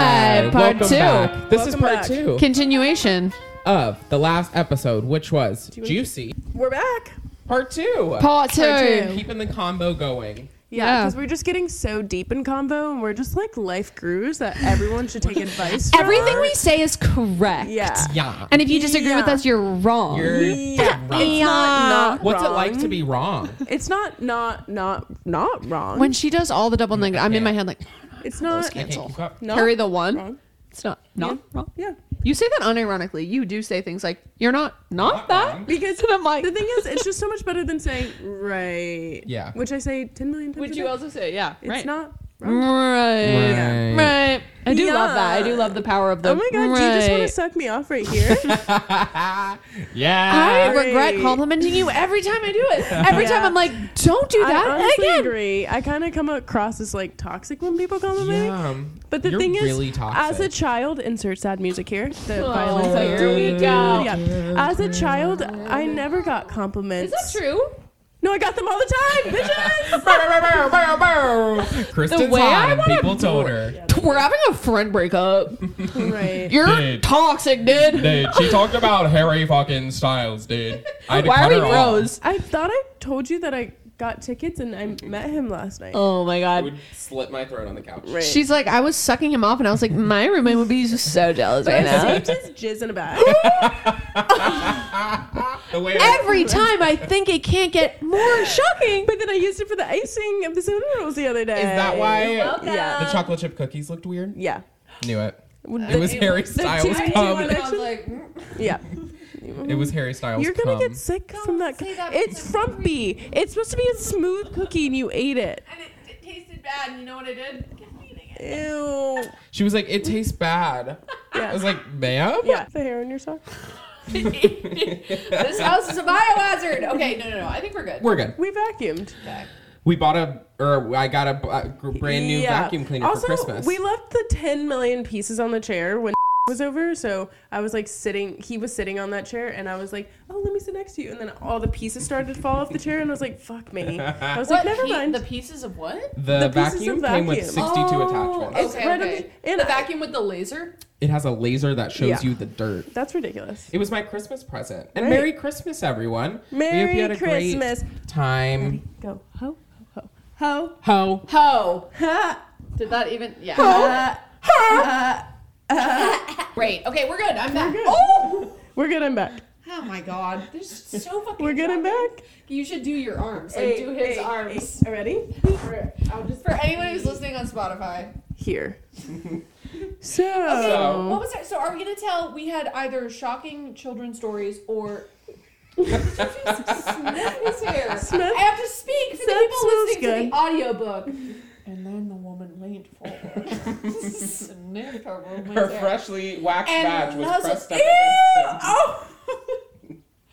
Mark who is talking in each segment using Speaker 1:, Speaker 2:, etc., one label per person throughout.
Speaker 1: Part
Speaker 2: Welcome
Speaker 1: two.
Speaker 2: back. This is
Speaker 3: Welcome
Speaker 2: part
Speaker 3: back.
Speaker 2: two
Speaker 1: Continuation.
Speaker 2: of the last episode, which was juicy.
Speaker 3: We're back.
Speaker 2: Part two.
Speaker 1: Part two.
Speaker 3: Part two.
Speaker 2: Keeping the combo going.
Speaker 3: Yeah,
Speaker 1: Yeah.
Speaker 3: because we're just getting so deep in combo, and we're just like life gurus that everyone should take advice. From.
Speaker 1: Everything we say is correct.
Speaker 3: Yeah.
Speaker 2: Yeah.
Speaker 1: And if you disagree with
Speaker 3: Yeah.
Speaker 1: us, you're wrong.
Speaker 2: You're
Speaker 3: Yeah.
Speaker 2: right.
Speaker 3: It's not not
Speaker 2: What's it
Speaker 3: wrong.
Speaker 2: like to be wrong?
Speaker 3: It's not not not not wrong.
Speaker 1: when she does all the double negative, I'm in my
Speaker 2: Yeah.
Speaker 1: head like,
Speaker 3: it's not
Speaker 2: I can't
Speaker 1: Cancel.
Speaker 2: keep up.
Speaker 3: not
Speaker 1: carry the one.
Speaker 3: wrong.
Speaker 1: It's not not wrong.
Speaker 3: Yeah.
Speaker 1: You say that unironically. You do say things like, "You're not not,
Speaker 2: Not
Speaker 1: that."
Speaker 2: wrong.
Speaker 3: Because
Speaker 1: And I'm like-
Speaker 3: the thing is, it's just so much better than saying right.
Speaker 2: Yeah.
Speaker 3: Which I say ten million times. a
Speaker 1: Would you
Speaker 3: day.
Speaker 1: also say, "Yeah,
Speaker 3: It's
Speaker 1: right."
Speaker 3: not wrong.
Speaker 1: Right.
Speaker 2: Right.
Speaker 1: Right. I do love that. I do
Speaker 3: Yeah.
Speaker 1: love the power of the.
Speaker 3: Oh my god, do you just want
Speaker 1: right.
Speaker 3: to suck me off right here?
Speaker 1: I
Speaker 2: yeah.
Speaker 3: Sorry.
Speaker 1: regret complimenting you every time I do it. Every time I'm like, don't do that
Speaker 3: I honestly
Speaker 1: again.
Speaker 3: agree. I kind of come across as like toxic when people compliment me.
Speaker 2: Yeah.
Speaker 3: But the
Speaker 2: You're
Speaker 3: thing
Speaker 2: really
Speaker 3: is,
Speaker 2: toxic.
Speaker 3: as a child, insert sad music here. The
Speaker 1: Oh,
Speaker 3: violins I
Speaker 1: here
Speaker 3: do.
Speaker 1: we go.
Speaker 3: Yeah. As a child, I never got compliments.
Speaker 1: Is that true?
Speaker 3: No, I got them all the time, bitches.
Speaker 2: Kristen's
Speaker 1: The way I
Speaker 2: hot and
Speaker 1: wanna
Speaker 2: people
Speaker 1: do
Speaker 2: told
Speaker 1: it.
Speaker 2: her.
Speaker 1: We're having a friend breakup.
Speaker 3: right.
Speaker 1: You're
Speaker 2: Dude.
Speaker 1: toxic, dude.
Speaker 2: Dude, she talked about Harry fucking Styles, dude. I had to
Speaker 1: Why are
Speaker 2: cut
Speaker 1: we
Speaker 2: her off.
Speaker 1: bros?
Speaker 3: I thought I told you that I got tickets and I met him last night.
Speaker 1: Oh my
Speaker 2: I
Speaker 1: god.
Speaker 2: would slit my throat on the couch.
Speaker 3: Right.
Speaker 1: She's like, I was sucking him off, and I was like, my roommate would be so jealous right now.
Speaker 3: saved his jizz in a bag.
Speaker 2: The way I-
Speaker 1: Every time I think it can't get more shocking.
Speaker 3: but then I used it for the icing of the cinnamon rolls the other day.
Speaker 2: is that why
Speaker 1: welcome.
Speaker 3: Yeah.
Speaker 2: the chocolate chip cookies looked weird?
Speaker 3: Yeah.
Speaker 2: Knew it.
Speaker 3: The-
Speaker 2: It was Harry Styles
Speaker 3: two-
Speaker 2: cum.
Speaker 3: I was
Speaker 1: like,
Speaker 3: Yeah.
Speaker 2: It was Harry Styles
Speaker 3: Mm-hmm. You're gonna
Speaker 2: cum.
Speaker 3: get sick from that.
Speaker 1: say that
Speaker 3: It's frumpy. It's supposed to be a smooth cookie, and you ate it.
Speaker 1: and it, tasted bad, and you know what I did?
Speaker 3: Ew.
Speaker 2: She was like, "It tastes bad." I was
Speaker 3: Yeah.
Speaker 2: like, "Ma'am."
Speaker 3: Yeah. The hair on your sock.
Speaker 1: This house is a biohazard. Okay, no, no, no. I think we're good.
Speaker 2: We're good.
Speaker 3: We vacuumed.
Speaker 2: We bought a, or I got a, uh, gr- brand new
Speaker 3: Yeah.
Speaker 2: vacuum cleaner
Speaker 3: also,
Speaker 2: for Christmas.
Speaker 3: we left the 10 million pieces on the chair when was over. So I was like sitting. He was sitting on that chair, and I was like, "Oh, let me sit next to you." And then all the pieces started to fall off the chair, and I was like, "Fuck me." I was like, "Never mind."
Speaker 1: pieces of what?
Speaker 2: the
Speaker 3: the pieces
Speaker 2: vacuum,
Speaker 3: of
Speaker 2: came with
Speaker 3: vacuum. Oh.
Speaker 2: 62 attachments.
Speaker 1: Oh,
Speaker 3: it's right on the- and I-
Speaker 1: with the laser.
Speaker 2: It has a laser that shows
Speaker 3: Yeah.
Speaker 2: you the dirt.
Speaker 3: That's ridiculous.
Speaker 2: It was my Christmas present. And
Speaker 3: Right.
Speaker 2: Merry Christmas, everyone. We hope you
Speaker 3: Merry
Speaker 2: had a great
Speaker 3: Christmas.
Speaker 2: time.
Speaker 3: Go ho ho ho
Speaker 2: Ho.
Speaker 1: Ho!
Speaker 3: ho.
Speaker 1: Did that even? Yeah.
Speaker 3: Uh,
Speaker 1: Great. Okay, we're good. I'm back.
Speaker 3: good.
Speaker 1: Oh!
Speaker 3: we're good. I'm back.
Speaker 1: Oh my god. There's so fucking.
Speaker 3: We're good. I'm back.
Speaker 1: You should do your arms. Like
Speaker 3: Hey,
Speaker 1: do his
Speaker 3: hey,
Speaker 1: arms.
Speaker 3: hey, Ready?
Speaker 1: For, for anyone who's listening on Spotify.
Speaker 3: Here. so.
Speaker 1: Okay, what was that? So are we gonna tell we had either shocking children's stories or Smith is here.
Speaker 3: Smith-
Speaker 1: I have to speak for the
Speaker 3: Smith
Speaker 1: people
Speaker 3: smells
Speaker 1: listening to
Speaker 3: good.
Speaker 1: the audiobook. And then the woman leaned forward. Sniffed her
Speaker 2: Her
Speaker 1: roommate's hair.
Speaker 2: freshly waxed
Speaker 1: And
Speaker 2: badge was
Speaker 1: I was
Speaker 2: pressed
Speaker 1: like,
Speaker 2: up against him.
Speaker 3: Oh.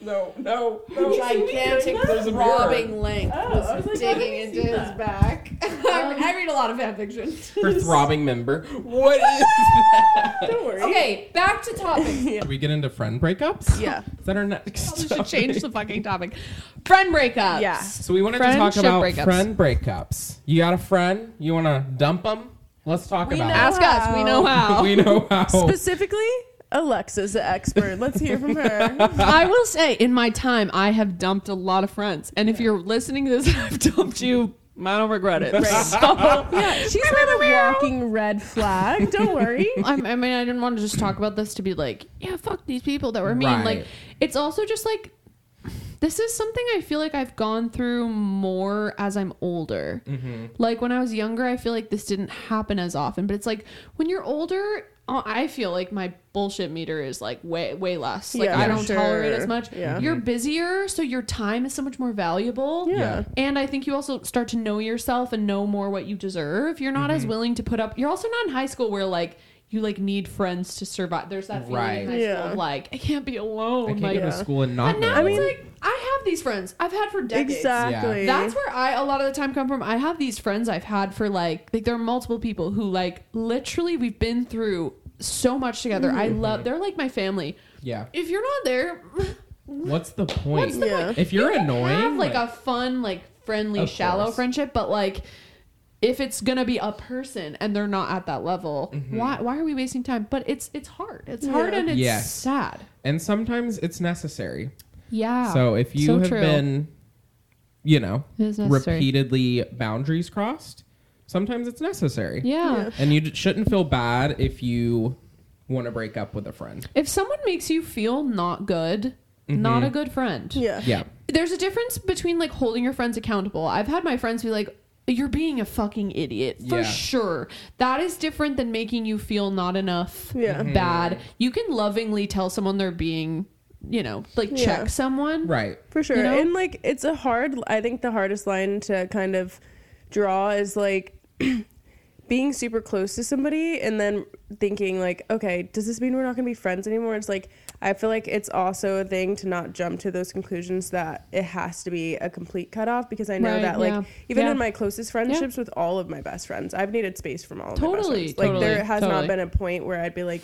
Speaker 2: No, no, no.
Speaker 1: gigantic
Speaker 2: There's a mirror.
Speaker 1: throbbing length
Speaker 3: Oh, I
Speaker 1: was
Speaker 3: was like, why
Speaker 1: digging
Speaker 3: didn't I
Speaker 1: into
Speaker 3: see
Speaker 1: his
Speaker 3: that? Um,
Speaker 1: back. I I read a lot of fan fiction.
Speaker 2: Her throbbing member. What is that?
Speaker 3: Don't worry.
Speaker 1: okay, back to topic.
Speaker 2: Should we get into friend breakups?
Speaker 3: Yeah.
Speaker 2: Is that our next?
Speaker 1: should
Speaker 2: topic?
Speaker 1: change the fucking topic. Friend breakups.
Speaker 3: Yeah.
Speaker 2: So we wanted to talk
Speaker 1: Friendship
Speaker 2: about
Speaker 1: breakups.
Speaker 2: friend breakups. You got a friend? You want to dump them? Let's talk
Speaker 3: We
Speaker 2: about
Speaker 1: Ask us. We know
Speaker 2: it.
Speaker 1: how.
Speaker 2: We know how.
Speaker 3: Specifically, Alexa's the expert. Let's hear from her.
Speaker 1: I will say, in my time, I have dumped a lot of friends. And if you're listening to this, I've dumped you. I don't regret it. So-
Speaker 3: yeah, she's not a walking red flag. Don't worry.
Speaker 1: I'm- I mean, I didn't want to just talk about this to be like, yeah, fuck these people that were mean.
Speaker 2: Right.
Speaker 1: Like, it's also just like, this is something I feel like I've gone through more as I'm older.
Speaker 2: Mm-hmm.
Speaker 1: Like, when I was younger, I feel like this didn't happen as often. But it's like, when you're older, uh, I feel like my bullshit meter is like way, way less. Like,
Speaker 3: Yeah,
Speaker 1: I don't
Speaker 3: sure.
Speaker 1: tolerate as much.
Speaker 3: Yeah.
Speaker 1: You're
Speaker 2: Mm.
Speaker 1: busier, so your time is so much more valuable.
Speaker 3: Yeah.
Speaker 1: And I think you also start to know yourself and know more what you deserve. You're not
Speaker 2: Mm-hmm.
Speaker 1: as willing to put up. You're also not in high school where like you like need friends to survive. There's that feeling in
Speaker 2: Right.
Speaker 1: high
Speaker 3: Yeah.
Speaker 1: school of like I can't be
Speaker 2: I
Speaker 1: alone.
Speaker 2: can't
Speaker 1: like,
Speaker 2: go to
Speaker 3: Yeah.
Speaker 2: school and not
Speaker 1: but
Speaker 2: know.
Speaker 1: now it's
Speaker 2: anyone.
Speaker 1: like I have these friends I've had for decades.
Speaker 3: Exactly.
Speaker 1: That's where I a lot of the time come from. I have these friends I've had for like like there are multiple people who like literally we've been through so much together. I
Speaker 2: Mm-hmm.
Speaker 1: love they're like my family.
Speaker 2: yeah.
Speaker 1: If you're not there,
Speaker 2: What's the point?
Speaker 1: What's the
Speaker 3: Yeah.
Speaker 1: point?
Speaker 2: If you're
Speaker 1: You can
Speaker 2: annoying,
Speaker 1: have like
Speaker 2: like-
Speaker 1: a fun, like friendly,
Speaker 2: Of
Speaker 1: shallow
Speaker 2: course.
Speaker 1: friendship, but like if it's gonna be a person and they're not at that level,
Speaker 2: Mm-hmm.
Speaker 1: why why are we wasting time? But it's it's hard. It's hard
Speaker 3: Yeah.
Speaker 1: and it's
Speaker 2: Yes.
Speaker 1: sad.
Speaker 2: And sometimes it's necessary.
Speaker 1: Yeah.
Speaker 2: So if you
Speaker 1: So
Speaker 2: have
Speaker 1: true.
Speaker 2: been, you know,
Speaker 1: It is necessary.
Speaker 2: repeatedly boundaries crossed, sometimes it's necessary.
Speaker 1: yeah.
Speaker 3: Yeah.
Speaker 2: And you d- shouldn't feel bad if you want to break up with a friend.
Speaker 1: If someone makes you feel not good,
Speaker 2: Mm-hmm.
Speaker 1: not a good friend.
Speaker 3: Yeah.
Speaker 2: Yeah.
Speaker 1: There's a difference between like holding your friends accountable. I've had my friends be like, "You're being a fucking idiot for
Speaker 2: Yeah.
Speaker 1: sure." That is different than making you feel not enough,
Speaker 3: Yeah.
Speaker 2: Mm-hmm.
Speaker 3: Mhm.
Speaker 1: bad. You can lovingly tell someone they're being, you know, like
Speaker 3: Yeah.
Speaker 1: check someone.
Speaker 2: Right.
Speaker 3: For sure.
Speaker 1: You know?
Speaker 3: And like it's a hard I think the hardest line to kind of draw is like being super close to somebody and then thinking like, okay, does this mean we're not going to be friends anymore? It's like I feel like it's also a thing to not jump to those conclusions that it has to be a complete cutoff because I know
Speaker 1: Right,
Speaker 3: that like
Speaker 1: yeah.
Speaker 3: even
Speaker 1: Yeah.
Speaker 3: in my closest friendships with all of my best friends, I've needed space from all of my
Speaker 1: Totally,
Speaker 3: best friends. Like there
Speaker 1: totally,
Speaker 3: has not
Speaker 1: totally.
Speaker 3: been a point where I'd be like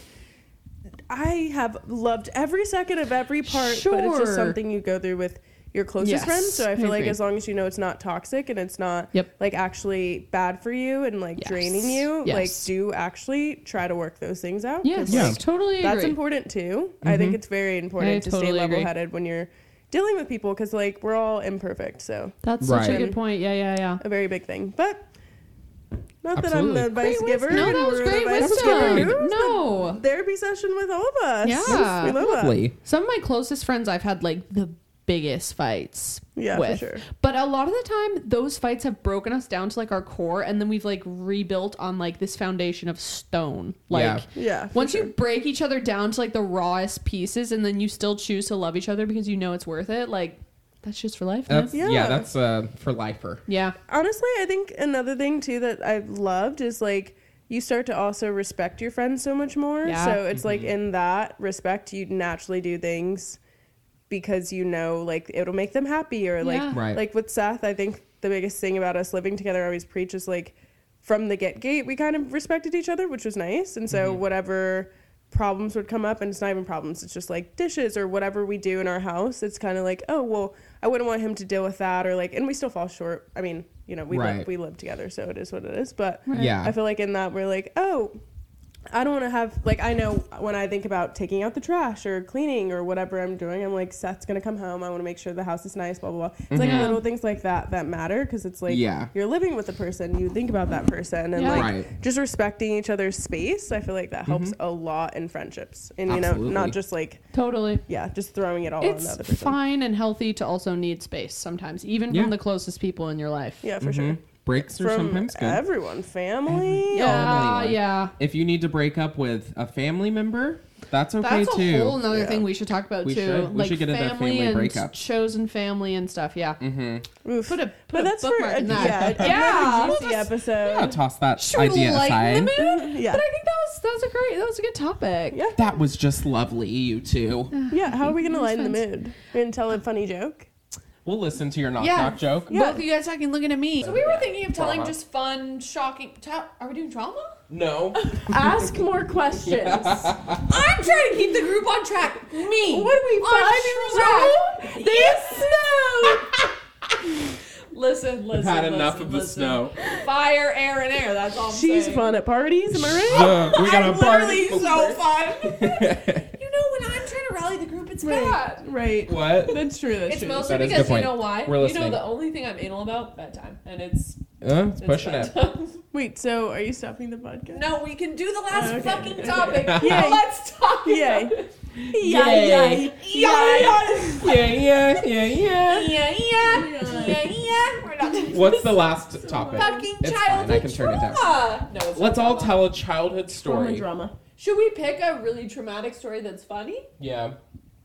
Speaker 3: I have loved every second of every part, but it's just
Speaker 1: Sure.
Speaker 3: something you go through with your closest
Speaker 1: Yes,
Speaker 3: friends. So I
Speaker 1: I
Speaker 3: feel like
Speaker 1: agree.
Speaker 3: as long as you know it's not toxic and it's not
Speaker 1: Yep.
Speaker 3: like actually bad for you and like
Speaker 1: Yes,
Speaker 3: draining you, like
Speaker 1: yes.
Speaker 3: do actually try to work those things out. 'cause,
Speaker 1: Yes,
Speaker 2: Yeah.
Speaker 3: like,
Speaker 1: totally.
Speaker 3: that's
Speaker 1: agree. Mm-hmm.
Speaker 3: important too. I think it's very important
Speaker 1: I
Speaker 3: to stay
Speaker 1: totally agree.
Speaker 3: level-headed when you're dealing with people because like we're all imperfect. So
Speaker 1: That's such
Speaker 2: Right.
Speaker 1: a good point. Yeah, yeah, yeah.
Speaker 3: a very big thing, but. Not
Speaker 2: Absolutely.
Speaker 3: that I'm the advice
Speaker 1: Great
Speaker 3: giver.
Speaker 1: wisdom. No,
Speaker 3: and
Speaker 1: that was
Speaker 3: we're the
Speaker 1: great
Speaker 3: advice
Speaker 1: wisdom.
Speaker 3: giver. It was
Speaker 1: No.
Speaker 3: the Therapy session with all of us.
Speaker 1: Yeah.
Speaker 3: We love that.
Speaker 2: Lovely.
Speaker 1: Some of my closest friends I've had like the biggest fights
Speaker 3: Yeah, for
Speaker 1: with.
Speaker 3: sure.
Speaker 1: But a lot of the time those fights have broken us down to like our core and then we've like rebuilt on like this foundation of stone. Like
Speaker 2: Yeah.
Speaker 3: Yeah. for
Speaker 1: once
Speaker 3: sure.
Speaker 1: you break each other down to like the rawest pieces and then you still choose to love each other because you know it's worth it, like that's just for life. man.
Speaker 2: That's yeah,
Speaker 3: Yeah.
Speaker 2: that's uh for lifer.
Speaker 1: yeah.
Speaker 3: honestly, I think another thing too that I've loved is like you start to also respect your friends so much more.
Speaker 1: Yeah.
Speaker 3: So it's like in that respect, you naturally do things because you know like it'll make them happy or like
Speaker 1: Yeah.
Speaker 2: Right.
Speaker 3: like with Seth, I think the biggest thing about us living together I always preach is like from the get gate we kind of respected each other, which was nice. And so
Speaker 2: Mm-hmm.
Speaker 3: whatever problems would come up and it's not even problems, it's just like dishes or whatever we do in our house, it's kinda like, oh well, I wouldn't want him to deal with that or like and we still fall short. I mean, you know, we
Speaker 2: Right.
Speaker 3: live, we live together, so it is what it is. But
Speaker 2: Right. Yeah.
Speaker 3: I feel like in that we're like, oh, I don't want to have like I know when I think about taking out the trash or cleaning or whatever I'm doing, I'm like Seth's gonna come home. I want to make sure the house is nice. Blah blah. blah. It's like
Speaker 1: Mhm.
Speaker 3: little things like that that matter because it's like
Speaker 2: Yeah.
Speaker 3: you're living with the person, you think about that person, and
Speaker 1: Yeah.
Speaker 3: like
Speaker 2: Right.
Speaker 3: just respecting each other's space. I feel like that helps
Speaker 1: Mm-hmm.
Speaker 3: a lot in friendships, and you
Speaker 2: Absolutely.
Speaker 3: know, not just like
Speaker 1: Totally.
Speaker 3: yeah, just throwing it all on the
Speaker 1: It's
Speaker 3: other person.
Speaker 1: fine and healthy to also need space sometimes, even
Speaker 2: Yeah.
Speaker 1: from the closest people in your life.
Speaker 3: Yeah, for
Speaker 1: Mm-hmm.
Speaker 3: sure.
Speaker 2: Mm-hmm. Breaks are
Speaker 3: From
Speaker 2: sometimes good.
Speaker 3: everyone, family.
Speaker 1: Yeah,
Speaker 2: Totally.
Speaker 1: yeah.
Speaker 2: if you need to break up with a family member, that's okay
Speaker 1: That's
Speaker 2: too.
Speaker 1: a whole another
Speaker 3: Yeah.
Speaker 1: thing we should talk about
Speaker 2: We
Speaker 1: too.
Speaker 2: should- we
Speaker 1: like
Speaker 2: should get into
Speaker 1: family,
Speaker 2: that family Mm-hmm.
Speaker 1: and
Speaker 2: breakup.
Speaker 1: chosen family and stuff. Yeah.
Speaker 3: Oof.
Speaker 1: Put a put
Speaker 3: but
Speaker 1: a
Speaker 3: that's for
Speaker 1: bookmark
Speaker 3: a,
Speaker 1: in
Speaker 3: yeah,
Speaker 1: that.
Speaker 3: yeah.
Speaker 1: yeah.
Speaker 3: episode.
Speaker 2: yeah, toss that
Speaker 1: Should we
Speaker 2: idea
Speaker 1: lighten
Speaker 2: aside.
Speaker 1: the mood?
Speaker 3: Mm-hmm. Yeah.
Speaker 1: But I think that was that was a great that was a good topic.
Speaker 3: Yeah.
Speaker 2: That was just lovely, you two.
Speaker 3: Yeah, how are we gonna lighten the
Speaker 1: friends.
Speaker 3: mood? We're gonna tell a funny joke.
Speaker 2: We'll listen to your knock
Speaker 1: Yeah.
Speaker 2: knock joke.
Speaker 1: Both of you guys fucking looking at me. So we were thinking of telling
Speaker 2: Drama.
Speaker 1: just fun, shocking. Ta- are we doing drama?
Speaker 2: No.
Speaker 3: Ask more questions.
Speaker 1: I'm trying to keep the group on track. Me.
Speaker 3: What are we,
Speaker 1: on track. Oh, Yes.
Speaker 3: No.
Speaker 1: Listen, listen.
Speaker 2: I've had enough
Speaker 1: listen,
Speaker 2: of the
Speaker 1: listen.
Speaker 2: snow.
Speaker 1: Fire, air, and air. That's all. I'm
Speaker 3: She's
Speaker 1: saying.
Speaker 3: fun at parties. Am I right?
Speaker 2: Yeah, we got
Speaker 1: I'm
Speaker 2: a party.
Speaker 1: literally so fun. you know, when I'm trying to rally the group, it's bad.
Speaker 3: Right.
Speaker 2: What?
Speaker 3: That's true. That's
Speaker 1: It's
Speaker 3: true.
Speaker 1: mostly
Speaker 2: That is a
Speaker 1: because
Speaker 2: good
Speaker 1: you
Speaker 2: point.
Speaker 1: know why?
Speaker 2: We're
Speaker 1: you know,
Speaker 2: listening.
Speaker 1: the only thing I'm anal about bedtime, and it's,
Speaker 2: Uh, it's
Speaker 1: it's
Speaker 2: pushing it.
Speaker 1: bedtime.
Speaker 3: Wait. So, are you stopping the podcast?
Speaker 1: no, we can do the last
Speaker 3: Okay.
Speaker 1: fucking topic.
Speaker 3: Yay.
Speaker 1: Let's talk.
Speaker 3: Yay.
Speaker 1: about it.
Speaker 2: Yay.
Speaker 1: Yay.
Speaker 2: Yeah, yeah, yeah, yeah.
Speaker 1: Yeah, yeah, yeah, yeah. We're not doing
Speaker 2: What's the last topic?
Speaker 1: fucking
Speaker 2: It's fine. I
Speaker 1: childhood
Speaker 2: can turn it down.
Speaker 1: trauma. No, it's
Speaker 2: Let's
Speaker 1: not
Speaker 2: all
Speaker 1: drama.
Speaker 2: tell a childhood
Speaker 3: Drama.
Speaker 2: story.
Speaker 3: Drama.
Speaker 1: Should we pick a really traumatic story that's funny?
Speaker 2: Yeah.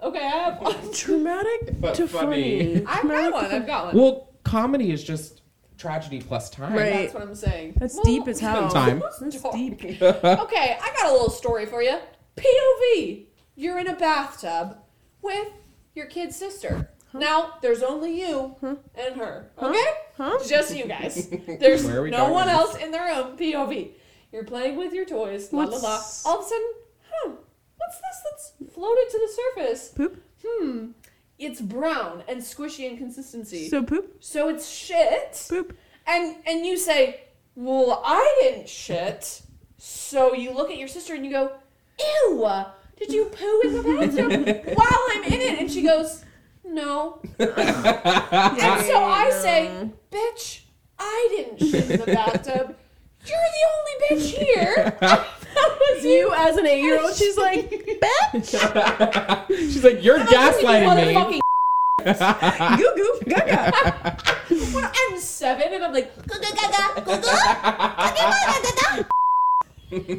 Speaker 1: Okay, I have one.
Speaker 3: Traumatic
Speaker 2: But
Speaker 3: to
Speaker 2: funny.
Speaker 3: funny.
Speaker 1: I've got
Speaker 3: Traumatic
Speaker 1: one.
Speaker 3: to fun-
Speaker 1: I've got one.
Speaker 2: Well, comedy is just tragedy plus time.
Speaker 3: Right.
Speaker 1: That's what I'm saying.
Speaker 3: That's deep as hell.
Speaker 2: Time.
Speaker 3: That's
Speaker 1: Dark.
Speaker 3: deep.
Speaker 1: okay, I got a little story for you. POV. You're in a bathtub with your kid's sister. Now there's only you and her. Okay?
Speaker 3: Huh?
Speaker 1: Just you guys. There's
Speaker 2: Where are we
Speaker 1: no
Speaker 2: going
Speaker 1: one
Speaker 2: with
Speaker 1: else in the room. POV. You're playing with your toys. La la la.
Speaker 3: What's-
Speaker 1: All of a sudden, huh? What's this that's floated to the surface?
Speaker 3: Poop.
Speaker 1: Hmm. It's brown and squishy in consistency.
Speaker 3: So poop.
Speaker 1: so it's shit
Speaker 3: Poop.
Speaker 1: and and you say
Speaker 4: Well, I didn't shit. So you look at your sister and you go, Ew, did you poo in the bathroom while I'm in it? And she goes, No. and so I say, Bitch, I didn't shit in the bathtub. You're the only bitch here. that was
Speaker 3: You as an eight-year-old, she's like, bitch,
Speaker 2: She's like, you're gaslighting me.
Speaker 4: Motherfucking
Speaker 3: goo goo gaga.
Speaker 4: when I'm seven and I'm like, "Goo goo gaga, goo goo, goo goo gaga, gaga."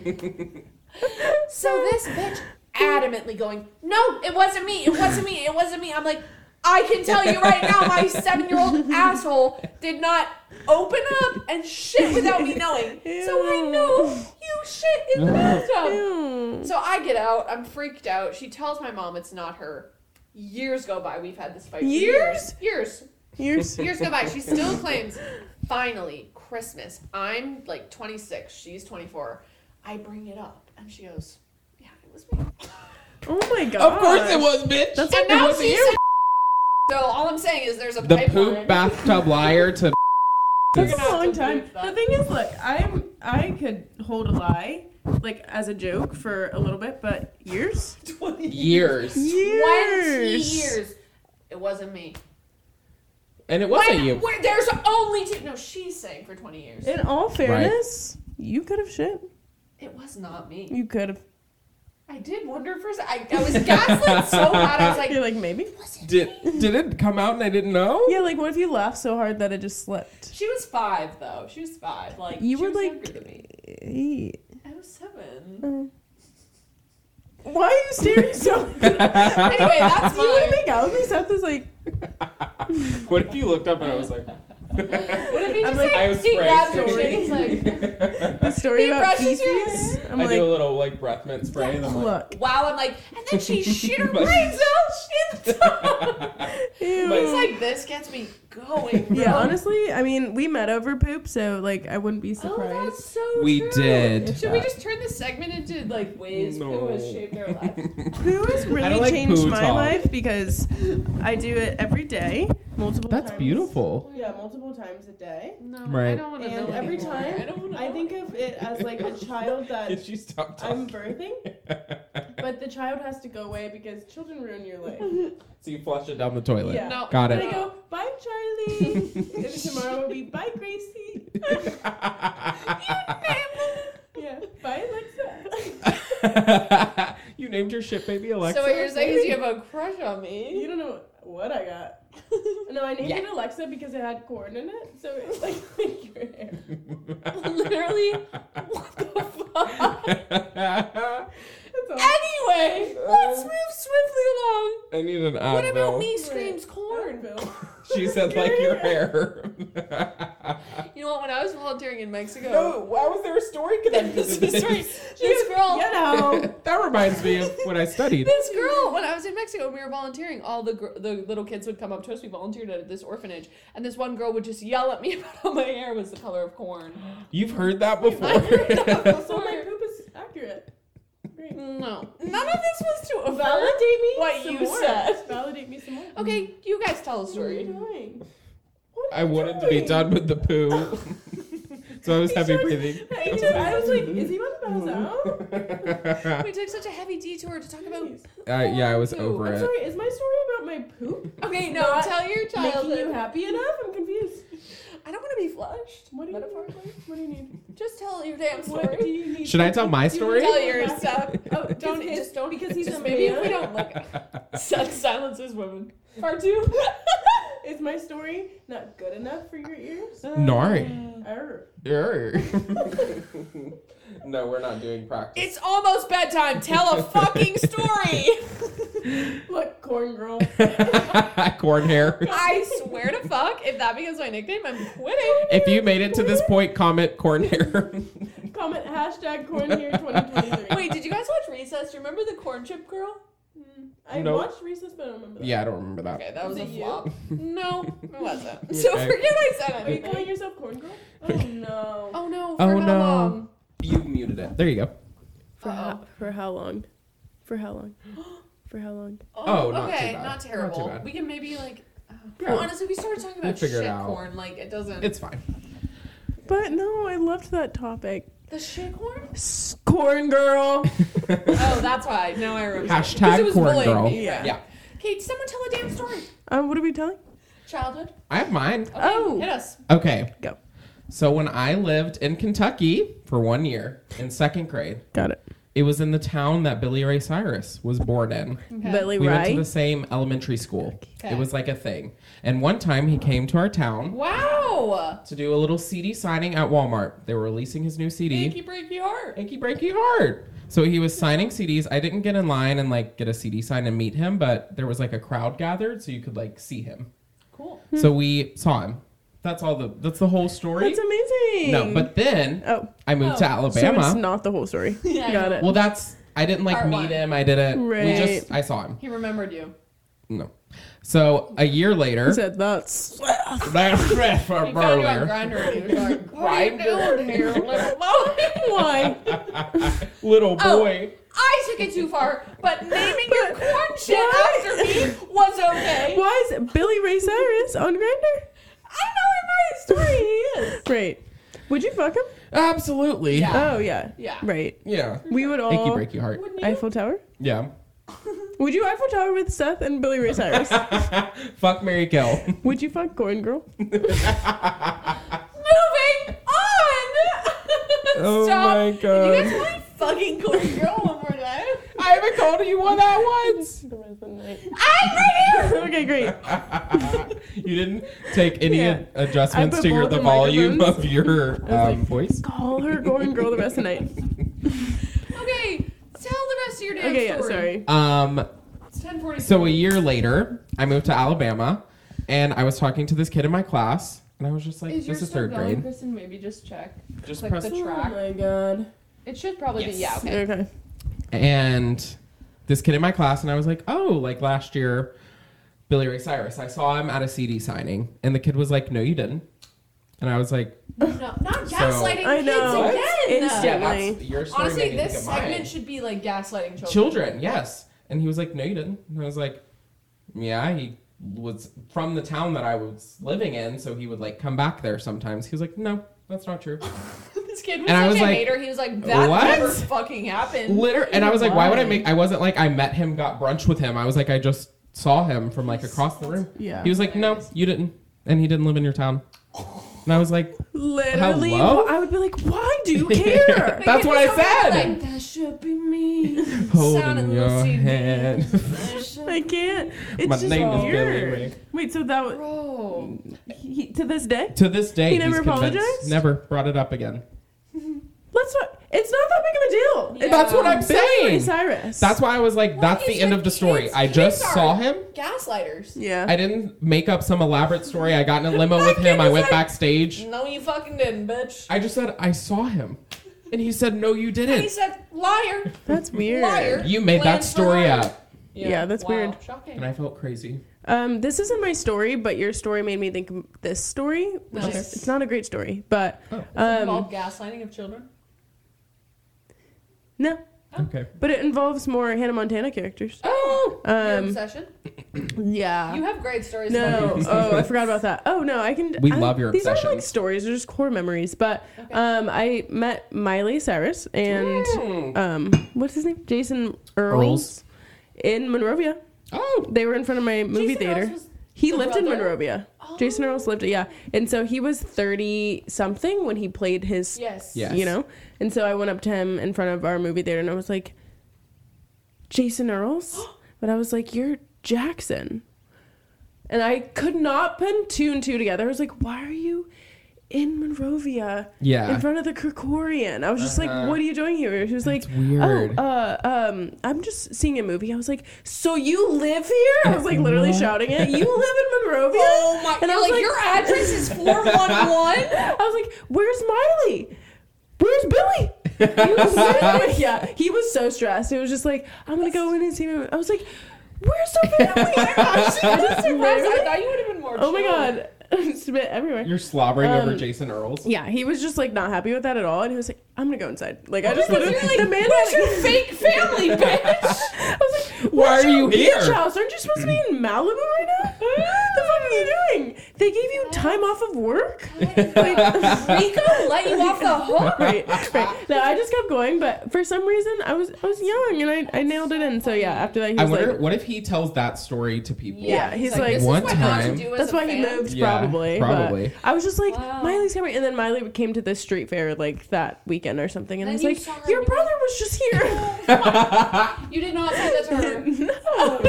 Speaker 4: So this bitch adamantly going, no, it wasn't me, it wasn't me, it wasn't me. I'm like, I can tell you right now, my seven year old asshole did not open up and shit without me knowing. So I know you shit in the bathtub.
Speaker 3: Hmm.
Speaker 4: So I get out, I'm freaked out. She tells my mom it's not her. Years go by, we've had this fight. for
Speaker 3: Years?
Speaker 4: Years.
Speaker 3: Yours.
Speaker 4: Years go by. She still claims, finally, Christmas. I'm like 26. She's 24. I bring it up. And she goes, Yeah, it was me.
Speaker 3: Oh my god.
Speaker 2: Of course it was, bitch.
Speaker 3: That's
Speaker 4: And
Speaker 3: like
Speaker 4: now
Speaker 3: now
Speaker 4: she's.
Speaker 3: you.
Speaker 4: So all I'm saying is there's a
Speaker 2: the
Speaker 4: pipeline.
Speaker 2: poop bathtub liar to
Speaker 4: We're
Speaker 3: It's
Speaker 4: gonna
Speaker 3: a long
Speaker 4: have to
Speaker 3: time.
Speaker 4: move that.
Speaker 3: The thing is, look, I'm I could hold a lie, like as a joke for a little bit, but years.
Speaker 4: 20
Speaker 2: years.
Speaker 4: 20 years. It wasn't me.
Speaker 2: And it wasn't
Speaker 4: When-
Speaker 2: you.
Speaker 4: when- there's only two. No, she's saying for 20 years.
Speaker 3: In all fairness, you could have shit.
Speaker 4: It was not me.
Speaker 3: You could have.
Speaker 4: I did wonder for a second. I, I was gaslit so hard. I was like,
Speaker 3: You're like maybe.
Speaker 2: Did, did it come out and I didn't know?
Speaker 3: Yeah, like what if you laughed so hard that it just slipped?
Speaker 4: She was five though. She was five. Like
Speaker 3: You
Speaker 4: she
Speaker 3: were
Speaker 4: was
Speaker 3: like-
Speaker 4: younger than me. I was seven.
Speaker 3: Why are you staring so?
Speaker 4: anyway, that's
Speaker 3: you want to
Speaker 4: mine.
Speaker 3: make out with me? Seth is like,
Speaker 2: What if you looked up and I was like,
Speaker 4: What if he
Speaker 3: I'm
Speaker 4: just
Speaker 3: like,
Speaker 4: like,
Speaker 2: I was
Speaker 4: he grabs your
Speaker 2: sprayed.
Speaker 4: shit? He's like,
Speaker 3: the story
Speaker 4: He
Speaker 3: about
Speaker 4: brushes your
Speaker 3: feces. I'm
Speaker 2: i do a
Speaker 3: like,
Speaker 2: little like breath mint spray and I'm like,
Speaker 3: look,
Speaker 4: wow. I'm like, and then she shit her
Speaker 2: But-
Speaker 4: brains out. Shit.
Speaker 3: ew.
Speaker 4: It's like this gets me going. Bro.
Speaker 3: Yeah, honestly, I mean, we met over poop, so like, I wouldn't be
Speaker 4: Oh,
Speaker 3: surprised.
Speaker 4: that's so
Speaker 2: we
Speaker 4: true.
Speaker 2: did.
Speaker 4: Should we just turn this segment into like ways
Speaker 2: No.
Speaker 4: who has shaped our life?
Speaker 3: poo has
Speaker 2: I
Speaker 3: really
Speaker 2: don't like
Speaker 3: changed
Speaker 2: poo
Speaker 3: my
Speaker 2: talk.
Speaker 3: life because I do it every day, multiple.
Speaker 2: That's
Speaker 3: times. Oh,
Speaker 2: beautiful.
Speaker 3: Yeah, multiple times a day.
Speaker 1: No, I
Speaker 2: Right.
Speaker 1: don't want to know.
Speaker 3: And every
Speaker 1: anymore.
Speaker 3: time,
Speaker 4: I don't wanna
Speaker 3: I
Speaker 4: know
Speaker 3: think of it as like a child
Speaker 2: Did
Speaker 3: that
Speaker 2: she stop
Speaker 3: I'm
Speaker 2: talking?
Speaker 3: birthing, but the child has to go away because children ruin your life.
Speaker 2: so you flush it down the toilet.
Speaker 3: Yeah.
Speaker 4: No.
Speaker 2: Got
Speaker 3: And I
Speaker 2: it.
Speaker 3: go, bye, Charlie. and tomorrow will be, bye, Gracie. Yeah, bye, Alexa.
Speaker 2: you named your shit baby Alexa.
Speaker 4: So what you're saying is you have a crush on me?
Speaker 3: you don't know what I got. No, I named it Alexa because it had corn in it, so it's like, like your hair.
Speaker 4: Literally, what the fuck?
Speaker 3: That's all.
Speaker 4: Anyway, let's move swiftly along.
Speaker 2: I need an Advil.
Speaker 4: What about me screams corn?
Speaker 3: Cornville.
Speaker 2: She said like your hair.
Speaker 4: You know what? When I was volunteering in Mexico,
Speaker 2: why was there a story connected
Speaker 4: this, is right. this girl,
Speaker 3: You know.
Speaker 2: That reminds me of when I studied.
Speaker 4: this girl, when I was in Mexico, we were volunteering. All the gr- the little kids would come up to us. We volunteered at this orphanage, and this one girl would just yell at me about how my hair was the color of corn.
Speaker 2: You've heard that before.
Speaker 4: I heard that
Speaker 3: So my
Speaker 4: before.
Speaker 3: poop is accurate. Great.
Speaker 1: Mm-hmm.
Speaker 4: No, none of this was to affirm
Speaker 3: Validate me
Speaker 4: what
Speaker 3: some
Speaker 4: you
Speaker 3: more.
Speaker 4: said.
Speaker 3: Validate me some more.
Speaker 4: Okay, you guys tell a
Speaker 3: What are you
Speaker 4: story.
Speaker 3: doing? What are
Speaker 2: I
Speaker 3: you
Speaker 2: wanted to be
Speaker 3: doing?
Speaker 2: done with the poo. so I was heavy breathing.
Speaker 3: I, just, I was like, is he about to pass out?
Speaker 4: We took such a heavy detour to talk about.
Speaker 3: Jeez.
Speaker 2: Uh, yeah, I was over
Speaker 3: I'm
Speaker 2: it.
Speaker 3: sorry, is my story about my poop
Speaker 4: Okay, no,
Speaker 3: Not
Speaker 4: tell your child.
Speaker 3: making you happy enough? I'm confused.
Speaker 4: I don't want to be flushed.
Speaker 3: What do you
Speaker 4: Metaphorically.
Speaker 3: What do you need?
Speaker 4: Just tell your damn
Speaker 3: What do
Speaker 4: story.
Speaker 3: you need?
Speaker 2: Should I tell my story?
Speaker 4: Tell your stuff.
Speaker 3: Oh,
Speaker 4: Don't
Speaker 3: because-
Speaker 4: just don't
Speaker 3: because he's
Speaker 4: just
Speaker 3: a
Speaker 4: maybe if we
Speaker 3: man.
Speaker 4: don't look. Sex silences women. Part two.
Speaker 3: Is my story not good enough for your ears?
Speaker 2: Uh, Nary.
Speaker 3: Err.
Speaker 2: Err. no, we're not doing practice.
Speaker 4: It's almost bedtime. Tell a fucking story.
Speaker 3: Look, corn girl.
Speaker 2: Corn hair.
Speaker 4: I swear to fuck, if that becomes my nickname, I'm quitting.
Speaker 2: If you made it to this point, comment corn hair.
Speaker 3: Comment hashtag corn here 2023.
Speaker 4: Wait, did you guys watch Recess? Do you remember the corn chip girl?
Speaker 3: I
Speaker 2: No.
Speaker 3: watched Recess, but I don't remember that.
Speaker 2: yeah, I don't remember that.
Speaker 4: Okay, that was,
Speaker 3: Was
Speaker 4: a
Speaker 3: it you?
Speaker 4: flop. No, it wasn't. So
Speaker 2: Okay.
Speaker 4: forget I
Speaker 3: Are you
Speaker 4: said
Speaker 3: calling
Speaker 4: it.
Speaker 3: yourself corn girl? Oh no.
Speaker 4: Oh no. For
Speaker 2: Oh,
Speaker 4: how
Speaker 2: no.
Speaker 4: long?
Speaker 2: You muted it. There you go.
Speaker 3: For how,
Speaker 4: Uh-oh.
Speaker 3: for how long? For how long? For how long?
Speaker 2: Oh, not too bad.
Speaker 4: okay, not
Speaker 2: Not too
Speaker 4: terrible.
Speaker 2: bad.
Speaker 4: We can maybe like. uh,
Speaker 2: Yeah.
Speaker 4: Honestly, we started talking
Speaker 2: We'll
Speaker 4: about
Speaker 2: figure it
Speaker 4: shit
Speaker 2: out.
Speaker 4: corn. Like it doesn't.
Speaker 2: It's fine.
Speaker 3: But no, I loved that topic.
Speaker 4: The shitcorn?
Speaker 3: Corn girl.
Speaker 4: Oh, that's why. Now I remember. 'Cause it
Speaker 2: Hashtag
Speaker 4: was
Speaker 2: corn
Speaker 4: bullying
Speaker 2: girl.
Speaker 4: me.
Speaker 3: Yeah.
Speaker 2: yeah.
Speaker 4: Kate, someone tell a damn story.
Speaker 3: Uh, what are we telling?
Speaker 4: Childhood.
Speaker 2: I have mine.
Speaker 4: Okay,
Speaker 3: Oh.
Speaker 4: Hit us.
Speaker 2: Okay.
Speaker 3: Go.
Speaker 2: So when I lived in Kentucky for one year in second grade,
Speaker 3: Got it.
Speaker 2: it was in the town that Billy Ray Cyrus was born in.
Speaker 3: Lily
Speaker 2: We went
Speaker 3: Rye.
Speaker 2: to the same elementary school.
Speaker 4: Okay.
Speaker 2: It was like a thing. And one time he came to our town
Speaker 4: Wow.
Speaker 2: to do a little CD signing at Walmart. They were releasing his new CD.
Speaker 4: Inky breaky heart.
Speaker 2: Inky Breaky Heart. So he was signing CDs. I didn't get in line and like get a CD sign and meet him, but there was like a crowd gathered so you could like see him.
Speaker 4: Cool.
Speaker 2: So we saw him. That's all the that's the whole story.
Speaker 3: That's amazing.
Speaker 2: no, but then
Speaker 3: oh,
Speaker 2: I moved to
Speaker 4: Oh.
Speaker 2: Alabama.
Speaker 3: so it's not the whole story.
Speaker 4: Yeah, I
Speaker 3: Got
Speaker 4: know.
Speaker 3: it.
Speaker 2: well, that's I didn't like
Speaker 4: Part
Speaker 2: meet
Speaker 4: one.
Speaker 2: him. I didn't. We just I saw him.
Speaker 4: He remembered you.
Speaker 2: No. So a year later,
Speaker 3: said that's
Speaker 2: that's for
Speaker 4: He found you on
Speaker 2: Burler.
Speaker 4: Grinder and he was like, "What are you
Speaker 2: Grindr.
Speaker 4: doing here, little boy?"
Speaker 3: why.
Speaker 2: little
Speaker 4: Oh,
Speaker 2: boy.
Speaker 4: I took it too far, but naming your corn shit after me was okay.
Speaker 3: Why is Billy Ray Cyrus on Grinder?
Speaker 4: I know in my story he is.
Speaker 3: Right. Would you fuck him?
Speaker 2: Absolutely.
Speaker 4: Yeah.
Speaker 3: Oh yeah.
Speaker 4: Yeah.
Speaker 3: Right.
Speaker 2: Yeah.
Speaker 3: We would all.
Speaker 2: Icky breaky heart.
Speaker 4: Wouldn't you?
Speaker 3: Eiffel Tower.
Speaker 2: Yeah.
Speaker 3: Would you Eiffel Tower with Seth and Billy Ray Cyrus?
Speaker 2: Fuck Mary Kill.
Speaker 3: would you fuck Corn Girl?
Speaker 4: Moving on.
Speaker 2: Oh
Speaker 4: Stop.
Speaker 2: my
Speaker 4: You guys
Speaker 2: God.
Speaker 4: mind fucking corn girl one more time?
Speaker 2: I haven't called you one that once.
Speaker 4: I'm right here.
Speaker 3: okay, great.
Speaker 2: you didn't take any
Speaker 3: Yeah. I
Speaker 2: adjustments
Speaker 3: put
Speaker 2: to your,
Speaker 3: both
Speaker 2: the
Speaker 3: the
Speaker 2: volume
Speaker 3: microphones.
Speaker 2: of your um, voice.
Speaker 3: Call her Corn Girl the rest of the night.
Speaker 4: Okay, tell the rest of your damn
Speaker 3: Okay, yeah,
Speaker 4: story.
Speaker 3: sorry.
Speaker 2: Um,
Speaker 4: It's 10:40.
Speaker 2: so a year later, I moved to Alabama, and I was talking to this kid in my class, and I was just like,
Speaker 1: Is
Speaker 2: "This
Speaker 1: yours
Speaker 2: is
Speaker 1: still
Speaker 2: third
Speaker 1: going,
Speaker 2: grade."
Speaker 1: Kristen? Maybe just check.
Speaker 2: Just
Speaker 1: Click
Speaker 2: press.
Speaker 1: the track.
Speaker 3: Oh my god.
Speaker 1: It should probably be yeah.
Speaker 2: Yes.
Speaker 1: Okay.
Speaker 3: Okay.
Speaker 2: and this kid in my class, and I was like, oh, like last year, Billy Ray Cyrus. I saw him at a CD signing, and the kid was like, no, you didn't. And I was like,
Speaker 4: No, not gaslighting
Speaker 3: I know. It's-
Speaker 4: kids again.
Speaker 3: it's-
Speaker 2: yeah, that's your story.
Speaker 4: Honestly,
Speaker 2: made me
Speaker 4: this
Speaker 2: think of mine.
Speaker 4: segment should be like gaslighting children.
Speaker 2: children, yes. And he was like, no, you didn't. And I was like, yeah, he was from the town that I was living in, so he would like come back there sometimes. He was like, no, that's not true.
Speaker 4: this kid was
Speaker 2: And I
Speaker 4: such
Speaker 2: was
Speaker 4: a
Speaker 2: like,
Speaker 4: hater. He was like, that
Speaker 2: "What?"
Speaker 4: never fucking happened.
Speaker 2: Liter- and I was like, why would I
Speaker 3: Why?
Speaker 2: make? I wasn't like I met him, got brunch with him. I was like, I just saw him from like across the room.
Speaker 3: Yeah.
Speaker 2: He was like, no, you didn't, and he didn't live in your town. And I was like,
Speaker 3: Literally,
Speaker 2: Hello?
Speaker 3: well, I would be like, why do you care?
Speaker 4: The
Speaker 2: that's
Speaker 4: kid
Speaker 2: what I
Speaker 4: was over there
Speaker 2: said.
Speaker 4: Like, that should be me.
Speaker 2: holding
Speaker 4: Sounded
Speaker 2: your
Speaker 4: little CD.
Speaker 2: hand.
Speaker 4: That should-
Speaker 3: I can't. It's
Speaker 2: My
Speaker 3: just
Speaker 2: name is Billy
Speaker 3: weird.
Speaker 2: Ray.
Speaker 3: Wait, so that was
Speaker 4: Bro.
Speaker 3: he, to this day.
Speaker 2: To this day,
Speaker 3: He never
Speaker 2: he's convinced.
Speaker 3: apologized?
Speaker 2: Never brought it up again.
Speaker 3: Let's not. It's not that big of a deal. It's
Speaker 2: That's what I'm
Speaker 3: Billy
Speaker 2: saying.
Speaker 3: Ray Cyrus.
Speaker 2: That's why I was like,
Speaker 4: What
Speaker 2: that's
Speaker 4: is
Speaker 2: the end
Speaker 4: with
Speaker 2: of the story.
Speaker 4: kids?
Speaker 2: I just
Speaker 4: Kids are
Speaker 2: saw him.
Speaker 4: Gaslighters.
Speaker 3: yeah.
Speaker 2: I didn't make up some elaborate story. I got in a limo with
Speaker 3: That kid
Speaker 2: him. I
Speaker 3: was
Speaker 2: went
Speaker 3: like-
Speaker 2: backstage.
Speaker 4: No, you fucking didn't, bitch.
Speaker 2: I just said I saw him, and he said, "No, you
Speaker 4: he
Speaker 2: didn't.
Speaker 4: said, liar.
Speaker 3: that's weird.
Speaker 4: Liar.
Speaker 2: You made
Speaker 4: Plan
Speaker 2: that story
Speaker 4: for-
Speaker 2: up."
Speaker 3: Yeah, that's
Speaker 4: wow.
Speaker 3: weird.
Speaker 4: Shocking.
Speaker 2: And I felt crazy.
Speaker 3: Um, this isn't my story, but your story made me think of this story. Which
Speaker 4: Nice.
Speaker 3: is, it's not a great story, but
Speaker 2: Oh.
Speaker 4: Does it
Speaker 3: um,
Speaker 4: involve gaslighting of children?
Speaker 3: no.
Speaker 2: Okay.
Speaker 3: But it involves more Hannah Montana characters.
Speaker 4: Oh, your
Speaker 3: Um,
Speaker 4: obsession.
Speaker 3: yeah.
Speaker 4: You have great stories.
Speaker 3: No.
Speaker 2: Okay.
Speaker 3: oh, I forgot about that. Oh no, I can.
Speaker 2: We
Speaker 3: I-
Speaker 2: love your
Speaker 3: These aren't like
Speaker 2: obsessions.
Speaker 3: stories; they're just core memories. But
Speaker 4: Okay.
Speaker 3: um, I met Miley Cyrus and
Speaker 2: Mm.
Speaker 3: um, what's his name, Jason
Speaker 2: Earls.
Speaker 3: Earls, in Monrovia.
Speaker 2: Oh.
Speaker 3: They were in front of my movie
Speaker 4: Jason
Speaker 3: theater.
Speaker 4: Earls was
Speaker 3: he
Speaker 4: the
Speaker 3: lived in
Speaker 4: brother?
Speaker 3: Monrovia.
Speaker 4: Oh.
Speaker 3: Jason Earls lived, yeah, and so he was thirty something when he played his,
Speaker 4: Yes.
Speaker 2: Yeah.
Speaker 3: you know. And so I went up to him in front of our movie theater, and I was like, Jason Earls, but I was like, you're Jackson. And I could not put two and two together. I was like, why are you in Monrovia
Speaker 2: Yeah.
Speaker 3: in front of the Krikorian? I was just
Speaker 2: Uh-huh.
Speaker 3: like, what are you doing here? She was
Speaker 2: That's
Speaker 3: like,
Speaker 2: weird.
Speaker 3: oh, uh, um, I'm just seeing a movie. I was like, so you live here? I was like, literally
Speaker 2: What?
Speaker 3: shouting it. You live in Monrovia?
Speaker 4: Mm-hmm. Oh my!
Speaker 3: And I
Speaker 4: you're
Speaker 3: was
Speaker 4: like,
Speaker 3: like-
Speaker 4: your address is four one one.
Speaker 3: I was like, where's Miley? Where's Billy? He was like- yeah, he was so stressed. It was just like, I'm gonna go in and see him. I was like, where's the family? I'm not seeing this
Speaker 4: I
Speaker 3: surprise.
Speaker 4: thought you would have been more.
Speaker 3: Oh my
Speaker 4: chill.
Speaker 3: god, spit everywhere.
Speaker 2: You're slobbering over
Speaker 3: Um,
Speaker 2: Jason Earls.
Speaker 3: Yeah, he was just like not happy with that at all, and he was like, "I'm gonna go inside." Like I just
Speaker 4: Because
Speaker 3: literally,
Speaker 4: you're like,
Speaker 3: the man
Speaker 4: where's
Speaker 3: was
Speaker 4: your
Speaker 3: like,
Speaker 4: fake family, bitch?
Speaker 3: I was like,
Speaker 2: Why
Speaker 3: "Where's
Speaker 2: are
Speaker 3: your
Speaker 2: you
Speaker 3: beach
Speaker 2: here?"
Speaker 3: House? Aren't you supposed to be in Malibu right now? the fuck are you doing? They gave you time off of work?
Speaker 4: Rico let you off the hook.
Speaker 3: right, right. No, I just kept going, but for some reason I was I was young and I, I nailed it in. So yeah, after that he was
Speaker 2: I wonder
Speaker 3: like,
Speaker 2: what if he tells that story to people?
Speaker 3: Yeah, he's like,
Speaker 4: this
Speaker 2: One
Speaker 4: is what not
Speaker 2: time-
Speaker 4: to do as
Speaker 3: that's
Speaker 4: a
Speaker 3: why he
Speaker 4: fan.
Speaker 3: moved
Speaker 2: Yeah,
Speaker 3: probably. but
Speaker 2: probably.
Speaker 3: I was just like
Speaker 4: Wow.
Speaker 3: Miley's coming, and then Miley came to this street fair like that weekend or something, and I
Speaker 4: Then
Speaker 3: was
Speaker 4: you
Speaker 3: like,
Speaker 4: saw her
Speaker 3: your
Speaker 4: again."
Speaker 3: brother was just here.
Speaker 4: You did not say that to her.
Speaker 3: no,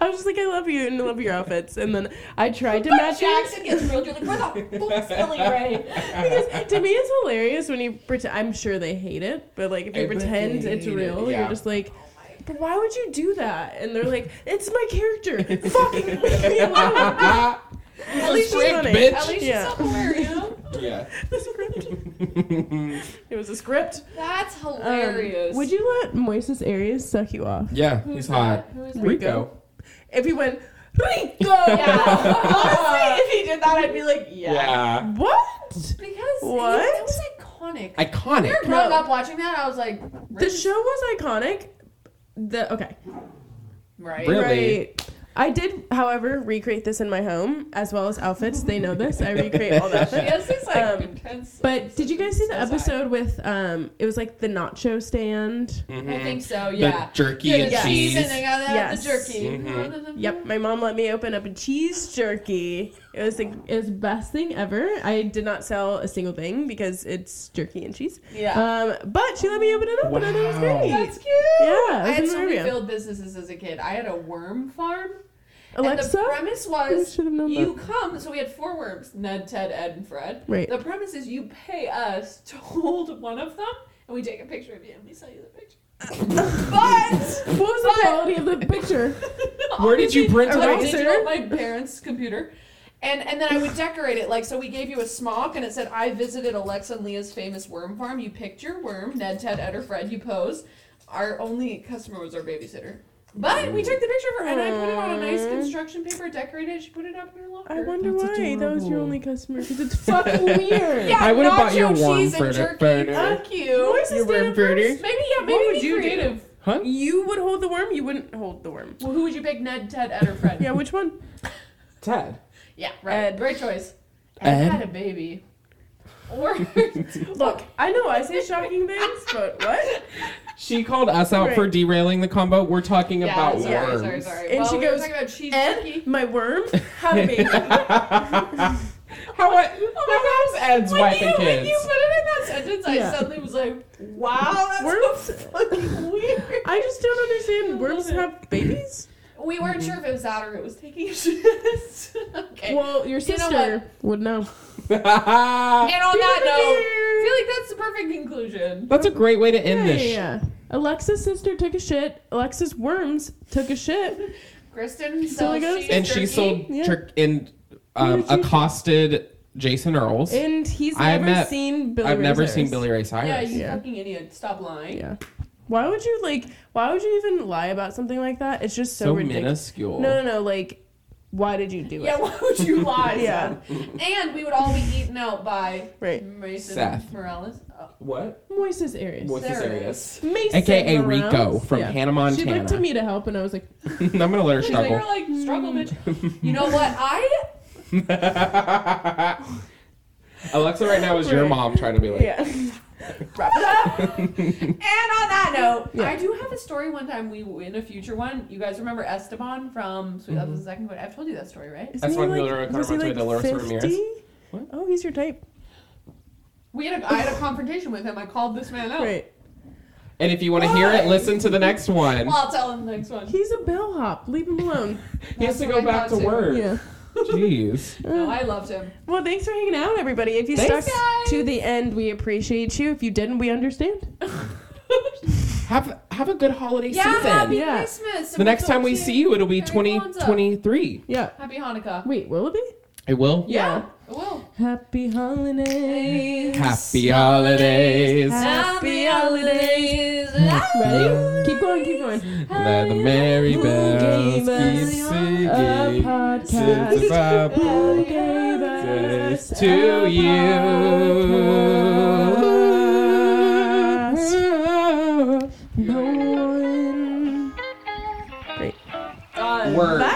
Speaker 3: I was just like, I love you and I love your outfits, and then I tried to
Speaker 4: But
Speaker 3: match it.
Speaker 4: Jackson gets real. You're like, where the fuck's Billy Ray?
Speaker 3: Because to me, it's hilarious when you pretend. I'm sure they hate it, but like if you
Speaker 2: I bet they
Speaker 3: pretend it's
Speaker 2: hate it,
Speaker 3: real,
Speaker 2: yeah.
Speaker 3: you're just like, but why would you do that? And they're like, it's my character. Fucking leave me alone. At least she's
Speaker 2: Frick,
Speaker 3: funny.
Speaker 2: bitch.
Speaker 4: At least
Speaker 3: Yeah.
Speaker 4: she's somewhere, you know?
Speaker 2: yeah.
Speaker 3: The script. It was a script.
Speaker 4: That's
Speaker 3: Um,
Speaker 4: hilarious.
Speaker 3: would you let Moises Arias suck you off?
Speaker 2: Yeah, he's hot.
Speaker 4: Who is that?
Speaker 2: Rico.
Speaker 3: If he went, Rico!
Speaker 4: Yeah.
Speaker 3: Honestly, if he did that, I'd be like, yeah. What?
Speaker 4: Because
Speaker 3: What?
Speaker 4: that was iconic.
Speaker 2: Iconic.
Speaker 4: You're growing
Speaker 3: No.
Speaker 4: up watching that. I was like,
Speaker 3: The show was iconic. The okay.
Speaker 4: right.
Speaker 2: Really?
Speaker 3: Right. I did, however, recreate this in my home as well as outfits. They know this. I recreate all the
Speaker 4: She
Speaker 3: outfits.
Speaker 4: has these like
Speaker 3: Um,
Speaker 4: intense.
Speaker 3: But did you guys see the
Speaker 4: So sorry.
Speaker 3: episode with um? It was like the nacho stand.
Speaker 4: I think so.
Speaker 2: Mm-hmm. The
Speaker 4: Yeah.
Speaker 2: jerky
Speaker 4: Yeah,
Speaker 2: and
Speaker 4: the
Speaker 2: cheese. Mm-hmm.
Speaker 4: and they got out
Speaker 3: Yes.
Speaker 4: the jerky.
Speaker 3: Yep, my mom let me open up a cheese jerky. It was like it was the best thing ever. I did not sell a single thing because it's jerky and cheese.
Speaker 4: Yeah.
Speaker 3: Um, but she let me open it up, and I thought it was
Speaker 2: Wow.
Speaker 3: great.
Speaker 4: That's cute.
Speaker 3: yeah,
Speaker 4: I
Speaker 3: it
Speaker 4: had
Speaker 3: was in
Speaker 4: so
Speaker 3: Maria.
Speaker 4: many failed businesses as a kid. I had a worm farm. And the
Speaker 3: Alexa,
Speaker 4: premise
Speaker 3: I
Speaker 4: was
Speaker 3: should have known
Speaker 4: you
Speaker 3: that.
Speaker 4: come. So we had four worms: Ned, Ted, Ed, and Fred.
Speaker 3: Right.
Speaker 4: The premise is you pay us to hold one of them, and we take a picture of you, and we sell you the picture. but
Speaker 3: What was the
Speaker 4: But-
Speaker 3: quality of the picture?
Speaker 2: Where did you print
Speaker 4: I
Speaker 3: it
Speaker 4: did
Speaker 3: out?
Speaker 4: it on my parents' computer. And, and then I would decorate it like so. We gave you a smock, and it said, "I visited Alexa and Leah's famous worm farm. You picked your worm, Ned, Ted, Ed, or Fred. You pose." Our only customer was our babysitter, but we took the picture of her, and I put it on a nice
Speaker 3: Aw.
Speaker 4: construction paper, decorated. it. She put it up in her locker.
Speaker 3: I wonder
Speaker 2: That's
Speaker 3: why that was your
Speaker 2: adorable.
Speaker 3: only customer because it's fucking weird.
Speaker 4: Yeah,
Speaker 2: I would've
Speaker 4: nacho
Speaker 2: bought you a warm
Speaker 4: cheese and
Speaker 2: burger-
Speaker 4: jerky.
Speaker 2: burger.
Speaker 4: Fuck you.
Speaker 3: Voice
Speaker 2: You
Speaker 3: is
Speaker 2: were
Speaker 3: down
Speaker 2: pretty.
Speaker 3: first.
Speaker 4: Maybe yeah,
Speaker 3: What
Speaker 4: maybe
Speaker 3: would
Speaker 4: be
Speaker 3: you do?
Speaker 4: creative.
Speaker 2: Huh?
Speaker 3: You would hold the worm. You wouldn't hold the worm.
Speaker 4: Well, who would you pick, Ned, Ted, Ed, or Fred?
Speaker 3: Yeah, which one?
Speaker 2: Ted.
Speaker 4: Yeah, right.
Speaker 3: Ed.
Speaker 4: Great choice.
Speaker 2: Ed?
Speaker 4: I had a baby. Or
Speaker 3: Look, I know I say shocking things, but what?
Speaker 2: She called us out
Speaker 3: Right.
Speaker 2: for derailing the combo. We're talking
Speaker 4: yeah,
Speaker 2: about
Speaker 4: sorry,
Speaker 2: worms.
Speaker 4: sorry, sorry.
Speaker 3: And
Speaker 4: well,
Speaker 3: she
Speaker 4: we were
Speaker 3: goes,
Speaker 4: talking about cheese
Speaker 3: Ed,
Speaker 4: jerky.
Speaker 3: my worm, had a baby.
Speaker 2: How what? Oh my Ed's
Speaker 4: When
Speaker 2: wife
Speaker 4: you,
Speaker 2: and
Speaker 4: when
Speaker 2: kids.
Speaker 4: you put it in that sentence,
Speaker 3: Yeah.
Speaker 4: I suddenly was like, wow, that's
Speaker 3: Worms?
Speaker 4: fucking weird.
Speaker 3: I just don't understand. Worms
Speaker 4: it.
Speaker 3: have babies?
Speaker 4: We weren't
Speaker 2: Mm-hmm.
Speaker 4: sure if it was that or it was taking a shit. okay.
Speaker 3: Well, your
Speaker 4: You know
Speaker 3: sister would know.
Speaker 4: and on that note, I
Speaker 3: Really?
Speaker 4: feel like that's the perfect conclusion.
Speaker 2: That's a great way to end
Speaker 3: Yeah,
Speaker 2: this.
Speaker 3: yeah, yeah. Alexa's sister took a shit. Alexa's worms took a shit.
Speaker 4: Kristen
Speaker 3: So
Speaker 4: sells
Speaker 3: it goes-
Speaker 4: cheese
Speaker 2: And she
Speaker 4: jerky.
Speaker 2: sold
Speaker 3: Yeah.
Speaker 2: trick and um,
Speaker 3: Who did you-
Speaker 2: accosted Jason Earls.
Speaker 3: And he's
Speaker 2: I
Speaker 3: never
Speaker 2: met-
Speaker 3: seen Billy
Speaker 2: I've
Speaker 3: Ray
Speaker 2: never
Speaker 3: Cyrus.
Speaker 2: seen Billy Ray Cyrus.
Speaker 4: Yeah, you
Speaker 3: Yeah.
Speaker 4: fucking idiot. Stop lying.
Speaker 3: Yeah. Why would you like? Why would you even lie about something like that? It's just so,
Speaker 2: so
Speaker 3: ridiculous.
Speaker 2: minuscule.
Speaker 3: No, no, no. Like, why did you do
Speaker 4: Yeah,
Speaker 3: it?
Speaker 4: why would you lie?
Speaker 3: Yeah.
Speaker 4: son? And we would all be eaten out by
Speaker 3: Right.
Speaker 4: Mason
Speaker 2: Seth.
Speaker 4: Morales. Oh,
Speaker 2: What?
Speaker 3: Moises Arias.
Speaker 2: Moises
Speaker 4: there it
Speaker 2: Arias.
Speaker 4: is.
Speaker 3: Mason
Speaker 2: AKA
Speaker 3: Morales.
Speaker 2: Rico from
Speaker 3: Yeah.
Speaker 2: Hannah
Speaker 3: She
Speaker 2: Montana.
Speaker 3: looked to me to help, and I was like,
Speaker 2: I'm gonna let her
Speaker 4: She's like, you're
Speaker 2: struggle.
Speaker 4: like, struggle, bitch. You know what? I.
Speaker 2: Alexa right now is your
Speaker 3: Right.
Speaker 2: mom trying to be like,
Speaker 3: yeah.
Speaker 4: and on that note,
Speaker 3: Yeah.
Speaker 4: I do have a story one time we in a future one. You guys remember Esteban from Sweet
Speaker 2: Mm-hmm.
Speaker 4: Love is the Second One? I've told you that story, right?
Speaker 3: Isn't
Speaker 2: That's
Speaker 3: he
Speaker 2: when we
Speaker 3: like-
Speaker 2: were in
Speaker 3: was he
Speaker 2: Carmen
Speaker 3: like
Speaker 2: with Dolores
Speaker 3: 50?
Speaker 2: Ramirez. What?
Speaker 3: Oh, he's your type.
Speaker 4: We had a, I had a confrontation with him. I called this man out.
Speaker 3: Right.
Speaker 2: and if you want to hear it,
Speaker 4: Why?
Speaker 2: listen to the next one.
Speaker 4: Well, I'll tell him the next one.
Speaker 3: He's a bellhop. Leave him alone.
Speaker 2: he has to
Speaker 4: that's
Speaker 2: go
Speaker 4: what I
Speaker 2: back to
Speaker 4: thought too.
Speaker 2: work.
Speaker 3: yeah.
Speaker 2: Jeez.
Speaker 4: No, I loved him.
Speaker 3: Well, thanks for hanging out, everybody. If you
Speaker 2: Thanks,
Speaker 3: stuck
Speaker 4: guys.
Speaker 3: to the end, we appreciate you. If you didn't, we understand.
Speaker 2: Have have a good holiday
Speaker 4: yeah,
Speaker 2: season.
Speaker 4: happy
Speaker 3: Yeah.
Speaker 4: Christmas.
Speaker 2: the next time we
Speaker 4: Happy
Speaker 2: see you, it'll be
Speaker 4: Happy Kwanzaa.
Speaker 2: 2023.
Speaker 3: Yeah.
Speaker 4: Happy Hanukkah.
Speaker 3: Wait, will it be?
Speaker 2: It will.
Speaker 4: Yeah. Well.
Speaker 3: Happy holidays.
Speaker 2: Happy holidays.
Speaker 3: Happy
Speaker 4: holidays.
Speaker 3: Ready? Keep going, keep going.
Speaker 2: Let the merry
Speaker 3: Who
Speaker 2: bells
Speaker 3: gave
Speaker 2: keep
Speaker 3: us A
Speaker 2: singing. Since
Speaker 3: podcast.
Speaker 2: the
Speaker 3: Who gave us
Speaker 2: Baptist to
Speaker 3: a podcast?
Speaker 2: you.
Speaker 3: No one. Great.
Speaker 4: Done.
Speaker 2: Word.
Speaker 3: Bye.